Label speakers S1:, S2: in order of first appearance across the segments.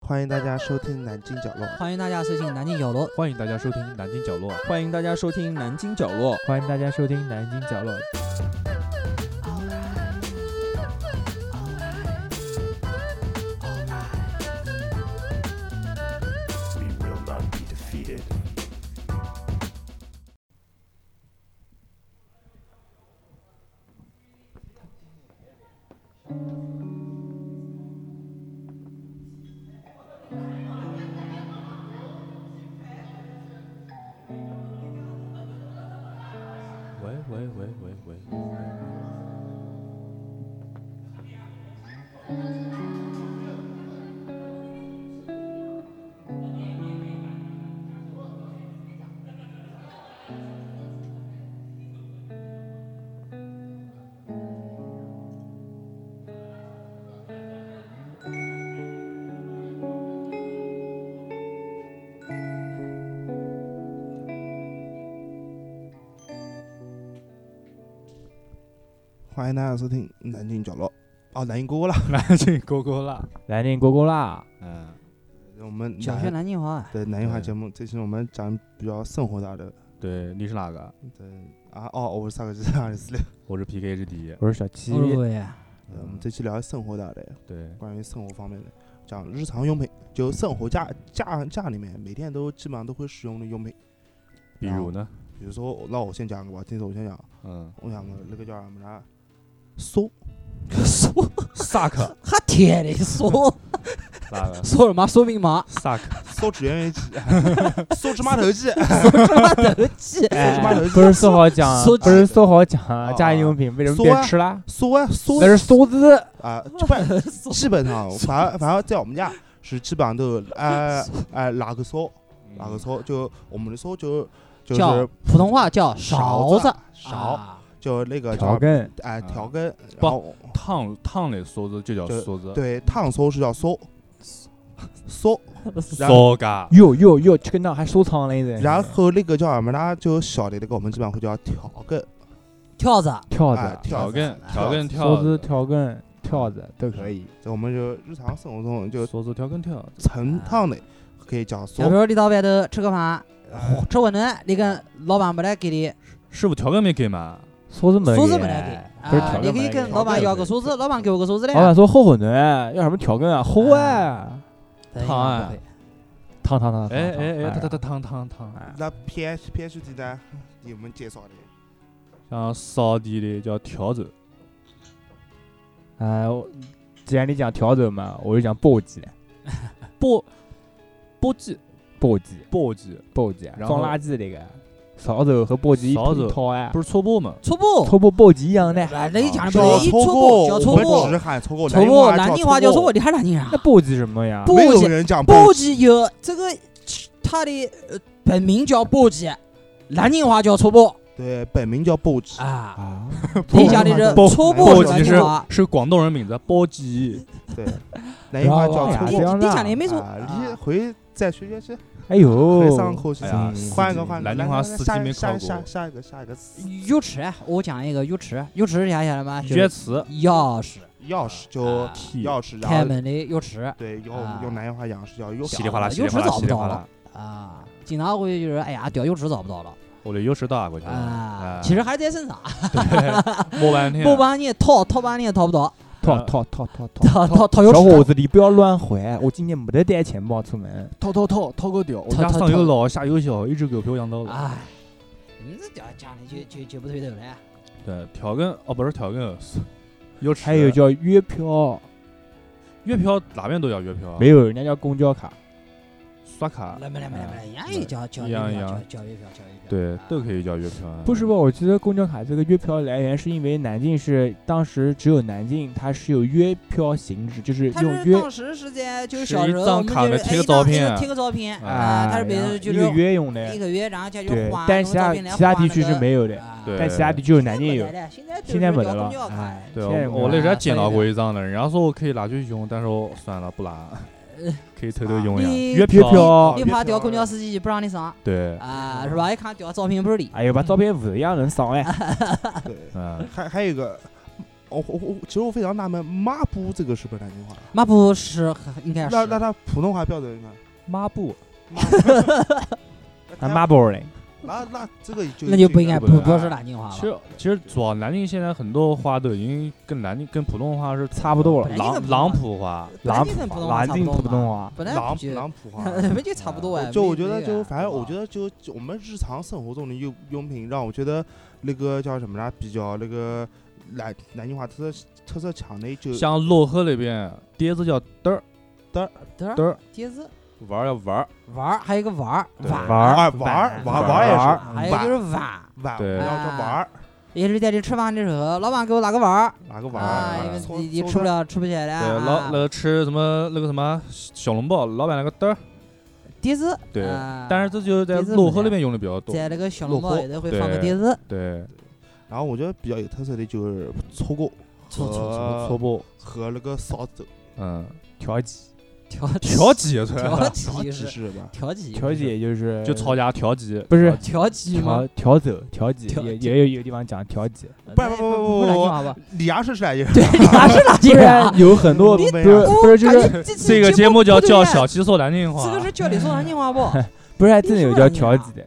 S1: 欢迎大家收听南京角落。
S2: 欢迎大家收听南京角落，
S3: 欢迎大家收听南京角落，
S4: 欢迎大家收听南京角落。
S3: 欢迎大家收听南京角落。喂喂喂喂喂。
S1: 欢迎大家收听南京角落。哦，南京锅了。
S3: 南京锅锅辣，南京锅锅辣，嗯，
S1: 我们
S2: 小学
S1: 南
S2: 南京话，
S1: 对南京话
S3: 嗯
S1: 节目，这期我们讲比较生活大的。
S3: 对，你是哪个？
S1: 对啊，哦，我是萨克斯二十四六。
S3: 我是 PK 是第一，
S4: 我是小七
S2: 欧陆呀，
S3: 嗯
S1: 对我们这期聊生活大的，
S3: 对，
S1: 关于生活方面的，讲日常用品，就生活家家家里面每天都基本上都会使用的用品。
S3: 比如呢，
S1: 比如说，那我先讲一个吧，这次我先讲，
S3: 嗯，
S1: 我想个那个叫什么来着？梭，
S2: 说
S3: 萨克，
S2: 还铁的说
S3: 哪 个？
S2: 说什么说明嘛，
S3: 萨克，
S1: 梭纸圆圆 机，梭纸码头机，
S2: 他妈的气，
S1: 哎妈的
S4: 不是说好讲
S2: 说，
S4: 不是说好讲啊，
S1: 啊
S4: 家庭用品为什么
S1: 说
S4: 变
S1: 啊
S4: 吃啦？
S1: 梭啊
S4: 那
S1: 梭
S4: 是梭子，
S1: 啊，基本基本上，反正反正在我们家是基本上都有，哎哎，哪个梭哪
S3: 嗯
S1: 个梭，就我们的梭就就
S2: 叫
S1: 是
S2: 普通话叫勺
S1: 子
S2: 子，
S1: 勺，
S2: 啊
S1: 就那个
S4: 调
S1: 叫
S4: 羹，
S1: 哎
S3: 啊
S1: 调羹，
S3: 不
S1: 然后
S3: 烫烫的梭子就叫
S1: 对
S3: 梭子，，
S1: 对烫梭是叫梭梭，然后
S3: 梭嘎，
S4: 哟哟哟，这个那还收藏了一个
S1: 然后那个叫什么呢？就小的那个我们基本上会叫调羹，
S2: 跳子，
S4: 跳
S1: 哎
S4: 子、
S1: 调
S3: 调 羹，调
S1: 调
S3: 羹，
S4: 梭
S3: 跳呃
S4: 子、
S3: 子，
S4: 跳羹、跳子都可以。
S1: 这我们就日常生活中就
S3: 梭子调羹跳子，
S1: 盛烫的可以叫
S2: 假
S1: 梭
S2: 如，你到外头吃个饭，
S1: 哎
S2: 吃馄饨，你跟老板没得给力，
S3: 师傅调羹没给嘛？
S4: 梭子没
S2: 说是
S4: 给
S2: 没得
S4: 不
S2: 给
S4: 是
S2: 啊
S4: 调，
S2: 你
S4: 羹
S2: 可以
S4: 没
S2: 跟
S4: 给。
S2: 老板要个
S3: 调
S2: 勺子，老板给我个勺子嘞
S4: 老，板说齁馄饨，要什么调羹啊？齁啊！
S2: 对
S3: 烫
S2: 哎
S3: 啊
S2: 不会
S4: 烫烫烫烫！
S3: 哎哎哎，
S4: 烫
S3: 烫烫烫烫烫，
S4: 哎
S1: 那 P S P S D 呢？有没有介绍的？
S3: 像扫地的叫笤帚，
S4: 哎，我既然你讲调酒嘛，我就讲簸 箕，
S3: 簸簸箕，
S4: 簸箕，
S3: 簸箕
S4: 簸箕，
S3: 然
S4: 装
S3: 后
S4: 垃圾那个，扫帚和簸箕
S3: 扫
S4: 一
S3: 帚
S4: 套啊，
S3: 不是搓簸嘛？
S2: 搓布，
S4: 头部簸箕一样的。
S2: 哎那一讲不
S1: 叫
S2: 是一
S1: 搓
S2: 搓布叫
S1: 我
S2: 搓
S1: 们只
S2: 布
S1: 是，喊搓过，啊
S2: 搓布，南
S1: 南
S2: 京
S1: 京
S2: 话叫
S1: 叫
S2: 搓布，
S1: 过，
S2: 你还南京啊啥
S4: 那？簸箕什么呀？
S2: 不
S1: 没有人讲
S2: 簸
S1: 不
S2: 箕有这个，它的呃本名叫簸箕，南京话叫搓布
S1: 对，本名叫不止，
S2: 啊。
S4: 啊，
S2: 你想的是
S3: 簸
S2: 搓布
S3: 簸
S2: 是
S3: 箕
S2: 南京话，
S3: 是广东人名字，簸箕。
S1: 对，南京话叫
S4: 哎呀
S1: 搓
S4: 这
S1: 过
S4: 样。
S2: 你
S4: 子啊
S2: 想的没错
S1: 啊，你回再学学去，
S4: 哎
S1: 回
S4: 呦，
S1: 上课去
S3: 哎呀，
S4: 嗯
S3: 司机
S1: 换一个换一个，
S3: 南京
S1: 来
S3: 话
S1: 来
S3: 司
S1: 下
S3: 机没
S1: 下
S3: 考
S1: 下
S3: 过。
S1: 下一个下一个词
S2: 浴池，我讲一个浴池，浴池是啥下来嘛？就是
S3: 约词，
S2: 钥匙，
S1: 钥匙就
S2: 啊
S1: 钥匙，然
S2: 开
S1: 后
S2: 门的浴池
S1: 对，用用南京话讲是叫钥
S3: 啊稀
S1: 匙
S3: 里哗啦，
S2: 又
S3: 稀里哗啦，
S2: 迟早
S3: 稀里
S2: 不
S3: 哗
S2: 到
S3: 啦
S2: 了。啊。经常会就是哎呀，屌浴池找不到了
S3: 我的优势大过去了。
S2: 啊
S3: 哎，
S2: 其实还在身上，
S3: 对啊摸半天，
S2: 摸半天掏掏半天掏不到，
S4: 套套套套
S2: 掏
S4: 套。
S2: 掏掏浴
S4: 小伙
S2: 池，
S4: 子，你不要乱回！我今天没得带钱包出门，
S3: 掏掏掏掏个屌！我
S2: 掏
S3: 家
S2: 掏
S3: 上有
S2: 掏
S3: 老下有小，一只狗陪我养到老。
S2: 哎，你们这讲讲的就就就不对头了。
S3: 对，调羹哦，不是调羹，是 优池
S4: 还有叫月票，
S3: 月票，哪边都叫月票啊，
S4: 没有，人家叫公交卡。
S3: 刷卡，
S2: 来没来没来没来，人家也叫叫
S3: 一
S2: 月
S3: 样
S2: 票
S3: 一
S2: 叫
S3: 样
S2: 叫月票叫月票，
S3: 对，都可
S2: 以。
S3: 以叫月票啊。
S4: 不是吧？我记得公交卡这个月票来源是因为南京是当时只有南京它是有月票形制，就是
S2: 他
S4: 用
S2: 是
S4: 约
S2: 当时是在就是
S3: 是
S2: 小
S3: 一
S2: 时候，
S3: 张
S2: 我们
S3: 卡
S2: 就是
S3: 的贴
S2: 哎
S3: 个
S2: 一张
S3: 照
S2: 一
S3: 片
S2: 张贴个照片
S4: 啊，
S2: 他是别
S4: 然
S2: 的
S4: 后
S2: 就
S4: 一个
S2: 是
S4: 月用
S2: 一
S4: 的，
S2: 个月，然后就
S4: 对
S2: 换，。
S4: 但是其他其他地区是没有的，
S3: 对
S4: 但其他地区有南京有。
S2: 的，现在
S4: 现在没得了，哎
S2: 哎，，
S3: 对，
S4: 现在
S3: 我我
S4: 没
S3: 那
S4: 得
S3: 时
S4: 了
S3: 候捡到过一张的，人家说我可以拿去用，但是我算了不拿，可以偷偷用
S2: 你
S3: 一下。月
S4: 月
S3: 票，
S4: 票，
S2: 你怕调公交司机不让你上
S3: 对，
S2: 啊，是吧？一看调照片不是你，
S4: 哎呦，把照片捂一样能上哎，
S1: 对，
S3: 嗯，
S1: 还还有一个，我我我其实我非常纳闷，抹布这个是不是南京话？
S2: 抹布是很应该是
S1: 那那它普通话标准呢？
S4: 抹布
S1: 那
S4: 啊，抹布嘞，
S1: 那那这个就
S2: 那就不应该
S3: 不
S2: 不
S3: 应该
S2: 不是南京话
S3: 其
S2: 了。
S3: 实其实主要南京现在很多话都已经跟南京跟普通话是
S4: 差不多了
S2: 本来就
S3: 狼
S2: 跟
S3: 狼
S2: 普
S3: 普话，
S2: 南
S4: 南
S2: 京
S4: 普
S2: 人普通话
S4: 南
S2: 差
S4: 京
S2: 不多
S4: 普通
S2: 嘛
S4: 话，
S2: 本来
S1: 狼
S2: 不就
S1: 狼普 话。
S2: 那就差不多哎。
S1: 就
S2: 没
S1: 我觉得，
S2: 没啊
S1: 就反正
S2: 对
S1: 我
S2: 吧
S1: 觉得，就就我们日常生活中的用用品，让我觉得那个叫什么呢？比较那个南南京话特色特色强的就
S3: 像漯河那边碟子叫嘚儿
S2: 得
S3: 嘚儿，
S2: 碟子
S3: 玩儿要玩儿，
S2: 玩儿，还有一个玩儿
S3: 对
S2: 碗
S4: 玩儿
S1: 啊玩儿
S4: 玩
S1: 玩儿也
S4: 玩儿
S1: 是
S2: 啊还有一个就是碗，
S1: 碗，
S3: 对
S1: 然后叫玩儿，
S2: 也是在这吃饭的时候，老板给我拿个碗儿
S1: 哪个玩
S2: 啊，
S1: 儿
S2: 因为
S3: 哎？
S1: 搓
S2: 你你
S1: 搓
S2: 吃不
S1: 的
S2: 了吃不起来
S3: 对，老
S2: 啊
S3: 那。个吃什么那个什么小笼包，老板那个嘚儿，
S2: 碟子，
S3: 对
S2: 啊
S3: 但是这就是在
S2: 碟子
S3: 漯
S2: 不
S3: 河
S2: 是
S3: 那边用的比较多，
S2: 在那个小笼包
S1: 落
S2: 里头会放个
S3: 对
S2: 碟子，
S3: 对，
S1: 然后我觉得比较有特色的就是搓锅
S2: 搓搓
S1: 呃
S3: 搓包，
S1: 和那个扫帚，
S3: 嗯，
S4: 调剂
S2: 调
S3: 调几也出来
S2: 调
S3: 了，
S2: 剂
S1: 是
S2: 是
S1: 是吧？
S2: 调剂
S4: 调剂，也就是
S3: 就吵架调几，
S4: 不是
S3: 调几
S2: 调剂吗
S4: 调？调走调剂
S2: 调，
S4: 也
S2: 剂
S4: 也有有地方讲调剂，
S2: 不
S1: 不不不不
S2: 不南京
S1: 不
S2: 话吧？
S1: 李亚是是来着，
S2: 对， 你还是哪
S4: 不
S2: 京人
S4: 然
S2: 啊？
S4: 有很多
S1: 你
S4: 不是不是就是
S3: 这个节目叫叫小七说南京话
S2: 这，个是叫你说南京话不？
S4: 不是真的有叫调剂的，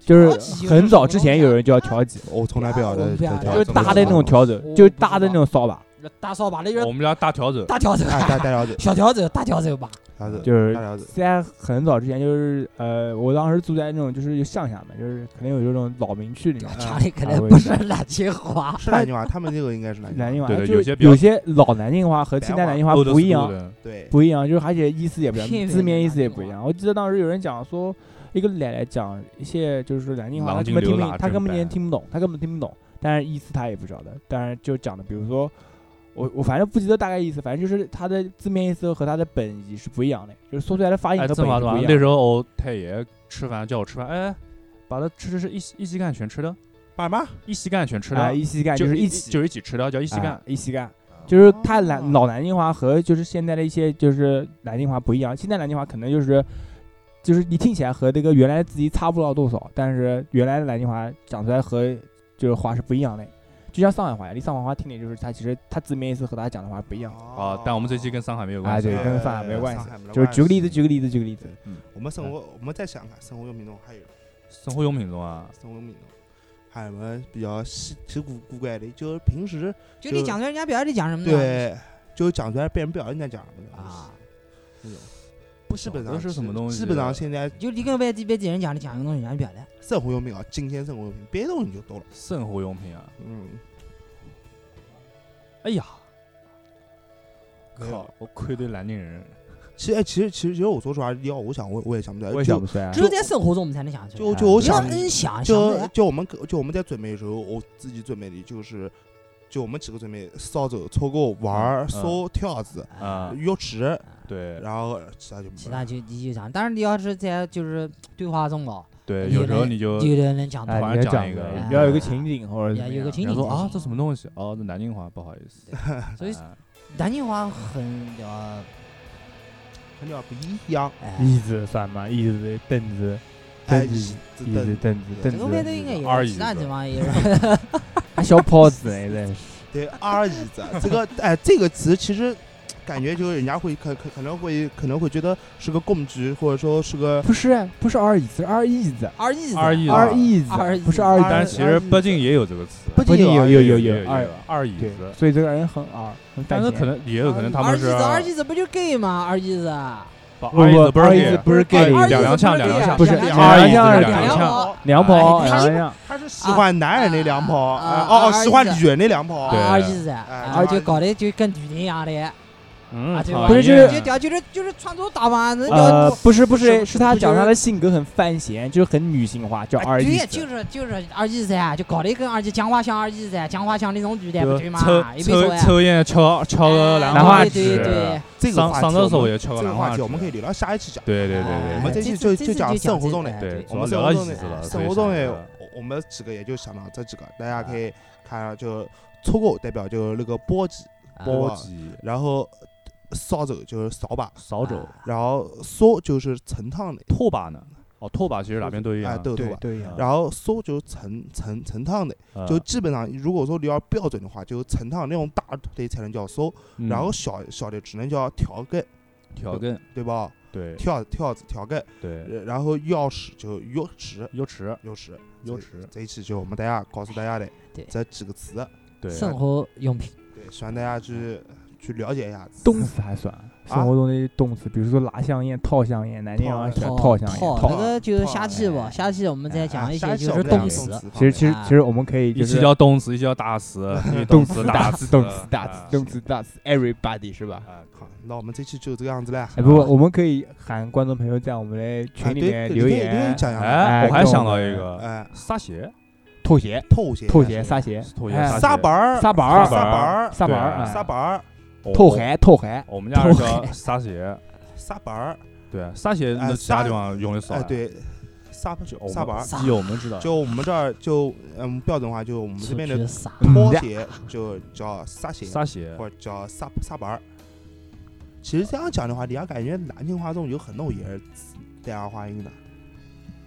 S4: 就是很早之前有人叫调剂，
S1: 我从来不晓
S2: 我
S1: 得
S2: 不晓
S1: 这
S2: 得
S1: 条
S4: 就是
S1: 这么
S4: 大的那种调走，就是大的那种扫把，
S2: 大扫把那
S3: 我
S2: 人
S3: 们家大笤帚，
S2: 大笤帚
S1: 哎， 大大条子，
S2: 小笤帚、大笤帚吧，
S1: 条子
S4: 就是
S1: 大条子，
S4: 在很早之前，就是呃，我当时住在那种就是乡下嘛，就是肯定有这种老民区里面，
S2: 家里可
S4: 啊
S2: 能
S4: 我
S2: 不
S4: 也
S2: 是南京话。
S1: 是南京话，他们这个应该是南
S4: 南
S1: 京
S4: 京
S1: 话，
S4: 话，
S3: 哎对
S4: 就
S3: 对
S4: 是
S3: 有
S4: 有
S3: 些比较
S4: 些老南京话和现代南京话不一样，
S3: 样，
S1: 对，
S4: 不一样，就是而且意思 也不一
S2: 片语
S4: 样，字面
S2: 也
S4: 意
S2: 不
S4: 思也
S2: 一样
S4: 不一样。我记得当时有人讲说，一个奶奶讲一些就是说南京话，
S3: 狼
S4: 他
S3: 精
S4: 根本听
S3: 流
S4: 不
S3: 蜡
S4: 明，他
S3: 正
S4: 根本
S3: 白
S4: 连听不懂，他根本听不懂，但是意思他也不晓得，但是就讲的，比如说。我我反正不记得大概意思，反正就是他的字面意思和他的本意是不一样的，就是说出来的发音
S3: 哎，
S4: 和
S3: 这
S4: 本
S3: 么
S4: 意是
S3: 说
S4: 不
S3: 啊
S4: 一，样
S3: 那
S4: 的。
S3: 时候我太爷吃饭叫我吃饭，哎，把它吃吃吃一起一起干全吃的，
S1: 爸妈
S3: 一起干全吃
S4: 啊，
S3: 的，
S4: 一起干
S3: 就是一
S4: 起
S3: 就是一起吃的，叫一
S4: 一
S3: 起干。
S4: 一起干，就是他
S1: 哦
S4: 南老南京话和就是现在的一些就是南京话不一样，现在南京话可能就是就是你听起来和这个原来自己差不了多少，但是原来的南京话讲出来和就是话是不一样的，就像上海话呀，你上海话听的就是它其实它字面意思和它讲的话不一样。
S1: 哦
S3: 啊，但我们这期跟上海没有
S4: 啊，
S3: 关系
S4: 对，
S3: 啊。
S4: 跟上海没有关系
S1: 呃上海没，有
S4: 就是举个例子，
S1: 关系
S4: 举个例子，举个例子
S1: 对，我们生活，我们再想想生活用品中还有啊
S3: 生活用品中啊，
S1: 生活用品中还有什么比较稀奇古古怪的，就是平时
S2: 就你讲出来，人家不晓得你讲
S4: 嗯
S2: 什么的。
S1: 对，就讲出来别人不晓得你在讲什么的
S2: 啊，，
S1: 那种。不基本
S3: 都
S1: 上
S3: 是什么
S1: 基
S3: 东西
S1: 基本上现在
S2: 就你跟外地外地人讲，你讲什么东西，人家不晓得。
S1: 生活用品啊，今天生活用品，别的东西就多了。
S3: 生活用品啊，
S1: 嗯，
S3: 哎呀，
S1: 没有
S3: 靠，我愧对南京人，
S1: 其实哎其实其实其实我说实话，要我想我我也想不起来，
S4: 我也
S1: 就
S4: 想不出哎来啊
S2: 只。有在生活中我们才能想出来。
S1: 就就我
S2: 你要
S1: 想
S2: 真啊想，想不
S1: 就
S2: 来
S1: 就我们就我们在准备的时候，我自己准备的就是，就我们几个准备扫帚、搓锅、玩儿、
S3: 嗯
S1: 烧条子、
S3: 啊嗯
S1: 钥匙，
S3: 对
S1: 然后其他就没
S2: 其
S1: 了
S2: 他就你就想，但是你要是在就是对话中哦，
S3: 对，
S2: 有
S3: 有时候
S2: 人
S3: 你就
S2: 就有人能讲
S4: 哎，
S2: 到
S3: 突，然
S4: 你要
S3: 讲
S4: 讲
S3: 一
S4: 一
S3: 个
S4: 个
S2: 哎
S4: 你要有个情景或者怎
S2: 要
S4: 么
S2: 有个
S4: 样
S2: 情
S3: 人家
S2: 景
S3: 说啊
S2: 就，
S3: 这什么东西？哦，这南京话，不好意思。
S2: 所以
S3: 哎
S2: 南京话很呃，
S1: 肯定要不一样。
S2: 哎，
S4: 椅子算吗？椅子、凳子、
S1: 哎
S4: 凳，子、
S1: 这这
S4: 椅子、凳子、
S1: 这
S4: 凳
S2: 这个味道
S4: 子，
S2: 应该有，
S3: 二
S2: 其
S3: 椅
S2: 他
S3: 子
S2: 地方 也
S4: 还 小泡子呢，真是。
S1: 对二椅子，这个哎这个词其实感觉就是人家会可可可能会可能会觉得是个工具，或者说是个
S4: 不是，不是二椅子，是二椅子，
S2: 二椅子，
S3: 二椅子
S4: 二椅子
S2: 二椅，子
S4: E 不是二椅 E 子。
S3: E 但是其实
S1: 二
S3: 北京也有这个词，啊
S1: 不
S4: 不
S1: 仅
S4: 仅
S1: 有
S4: 有
S3: 有
S4: 有
S3: 有啊
S4: 二，
S3: 二椅
S4: 对
S3: 子，，
S4: 所以这个人很二，很
S3: 但
S4: 反
S3: 是
S4: 钱。
S3: 可能也有可能他
S2: 二
S3: 们
S2: 椅
S3: 是
S2: 子，二椅子不就 gay 吗？二椅子，
S3: 不
S4: 不
S3: 二椅
S4: 不
S3: 子不是
S4: 二椅 E
S3: gay
S4: 子不是 gay，
S3: 两
S2: 二椅子
S3: 两
S2: 不是 gay 啊
S3: 项两项
S4: 不是
S1: 两
S3: 二
S1: 两
S3: 椅
S4: 两
S3: 子
S4: 两
S3: 两
S2: 两
S3: 项，
S2: 哦
S4: 娘炮，
S2: 哎
S4: 娘娘，
S1: 他是喜欢男人的两炮，
S2: 啊
S1: 哎
S2: 啊
S1: 哦
S2: 啊
S1: 喜欢
S2: 二椅
S1: 女
S2: 子
S1: 人的两炮
S2: 啊，
S3: 对
S2: 二椅子，
S1: 哎
S2: 啊，就搞得就跟女的一样的，
S3: 嗯
S2: 啊，对吧？
S3: 讨
S4: 不是就
S3: 厌
S4: 是
S2: 就掉就是就是穿着打扮，那
S4: 呃，
S2: 叫
S4: 不是不是，
S2: 是
S4: 是他
S2: 不
S4: 讲
S2: 就是
S4: 他的性格很犯闲，就是很女性化，叫二 E 椅
S2: 对，
S4: 子
S2: 就。是就是二椅子啊，就搞得跟二姨讲话像二姨子，讲话像那种女的，不对嘛？
S3: 抽
S2: 也没
S3: 抽
S2: 说呀。
S3: 抽烟敲敲个
S2: 哎
S3: 兰
S4: 兰花
S3: 指，
S2: 对对对，
S1: 这个
S3: 上
S1: 话
S3: 上
S1: 题
S3: 厕
S1: 我
S3: 所
S1: 们
S3: 也敲个
S1: 这个
S3: 兰
S1: 话
S3: 花
S1: 题
S3: 指，
S1: 我们可以留到下一期讲。
S3: 对对对
S2: 哎
S1: 我们
S3: 对对
S1: 这期
S2: 这
S1: 就
S2: 次
S1: 就讲
S2: 就讲
S1: 生活
S2: 这
S1: 中
S2: 个
S1: 的，
S2: 对
S3: 对，
S1: 我
S3: 主要
S1: 们生活
S3: 聊到椅
S1: 中
S3: 子
S1: 的
S2: 啊
S3: 了，所以
S1: 生活中
S3: 呃
S1: 的
S3: 想到了，
S1: 我我们几个也就想到这几个，
S3: 啊
S1: 大家可以看啊就是搓锅代表就是那个簸箕，
S2: 啊
S1: 包
S3: 包机、
S1: 然后扫帚就是扫把，
S2: 啊
S3: 扫帚、
S1: 然后梭就是盛汤的，
S3: 拖把呢？哦，拓吧其实哪边都一
S1: 哎
S3: 样，啊
S1: 都有
S4: 对
S1: 吧。
S4: 对呀，
S1: 然后搜就是成成成趟的，
S3: 嗯
S1: 就基本上如果说你要标准的话，就成趟那种大的才能叫搜，
S3: 嗯
S1: 然后小小的只能叫调羹，
S3: 调羹，
S1: 对吧？
S3: 对
S1: 跳跳子调羹，
S3: 对，
S1: 呃然后钥匙就钥匙
S3: 优池
S1: 钥匙
S3: 优池，
S1: 这一期就我们大家告诉大家的
S2: 对
S1: 这几个词，
S3: 对，
S2: 生活用品，
S1: 对，希望大家去去了解一下。
S4: 动词还算生活中的动词，比如说拿香烟、套香烟，南京人喜欢
S2: 套
S4: 香烟。
S2: 套
S1: 套哎
S2: 那个就是下期
S4: 哎
S2: 吧，下期我们再讲一些
S1: 些
S2: 就是
S1: 动
S2: 动词。
S4: 其实其实
S2: 啊
S4: 其实我们可以
S3: 一
S4: 就
S3: 期
S4: 是
S3: 叫动词，一期叫 大词，一期
S4: 动
S3: 词
S4: 词
S3: 大
S4: 词、
S3: 词，
S4: 动词大
S3: 啊
S4: 词、动词大词，everybody 是吧？
S3: 啊，
S1: 好，那我们这期就这个样子了。
S4: 哎，不过我们可以喊观众朋友在我们的
S1: 哎
S4: 群里
S1: 对
S4: 面
S1: 对
S4: 留
S1: 你可以留
S4: 言
S1: 言，讲一下，
S3: 哎，
S4: 哎
S3: 我还
S4: 跟我
S3: 想到一
S4: 们
S3: 个
S1: 哎，
S3: 撒鞋，
S4: 拖鞋、
S1: 透鞋，
S4: 拖鞋、撒鞋、
S3: 拖鞋
S4: 哎
S3: 鞋
S1: 撒板儿，
S4: 撒板儿、
S1: 撒板儿
S4: 撒板儿、
S3: 对
S4: 哎
S1: 撒板儿，
S3: 哦
S4: 透，鞋、透鞋。
S3: 我们家是叫撒鞋，
S1: 撒板儿，
S3: 对，撒鞋那
S1: 哎
S3: 其他
S1: 撒
S3: 地方用的少
S1: 哎
S3: 呀，
S1: 对，撒
S3: 我们，
S1: 撒板儿。
S2: 撒
S3: 基友们知道，
S1: 就我们这儿就嗯标准化，就我们这
S2: 出
S1: 边
S2: 去
S1: 的
S2: 撒，
S1: 拖鞋就叫撒鞋，
S3: 撒鞋，
S1: 或者叫撒撒板儿。其实这样讲的话，你要感觉南京话中有很多也是这样话音的，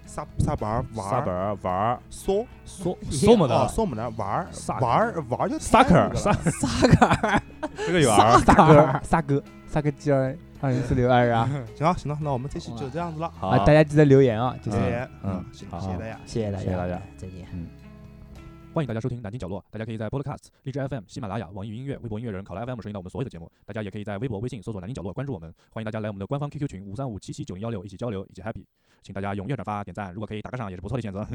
S1: 撒撒板儿玩
S3: 撒
S1: 儿
S3: 本儿玩儿，
S1: 缩
S3: 缩缩么
S1: 哦
S3: 的，
S1: 缩么的玩儿
S3: 撒
S1: 玩儿玩儿就
S3: 撒
S1: 太
S3: 克
S1: 那
S3: 儿
S1: 个
S3: 撒
S1: 了
S2: 撒个儿，
S3: 这个有儿，
S4: 撒哥、 撒哥、撒哥鸡儿二零四六二啊！
S1: 行了行了，那我们这期就这样子了，
S3: 好
S4: 啊，大家记得留言啊，就
S1: 谢
S4: 是
S3: 嗯
S1: 谢
S3: 嗯
S1: 谢谢
S3: 好
S1: 谢大家。
S2: 谢谢大家，
S3: 谢谢大家，
S2: 再见。
S3: 欢迎大家收听《南京角落》，大家可以在 Podcast、荔枝 FM、喜马拉雅、网易云音乐、微博音乐人、考拉 FM 收听到我们所有的节目。大家也可以在微博、微信搜索“南京角落”关注我们。欢迎大家来我们的官方 QQ 群五三五七七九零幺六一起交流，一起 happy。请大家踊跃转发、点赞，如果可以打个赏也是不错的选择。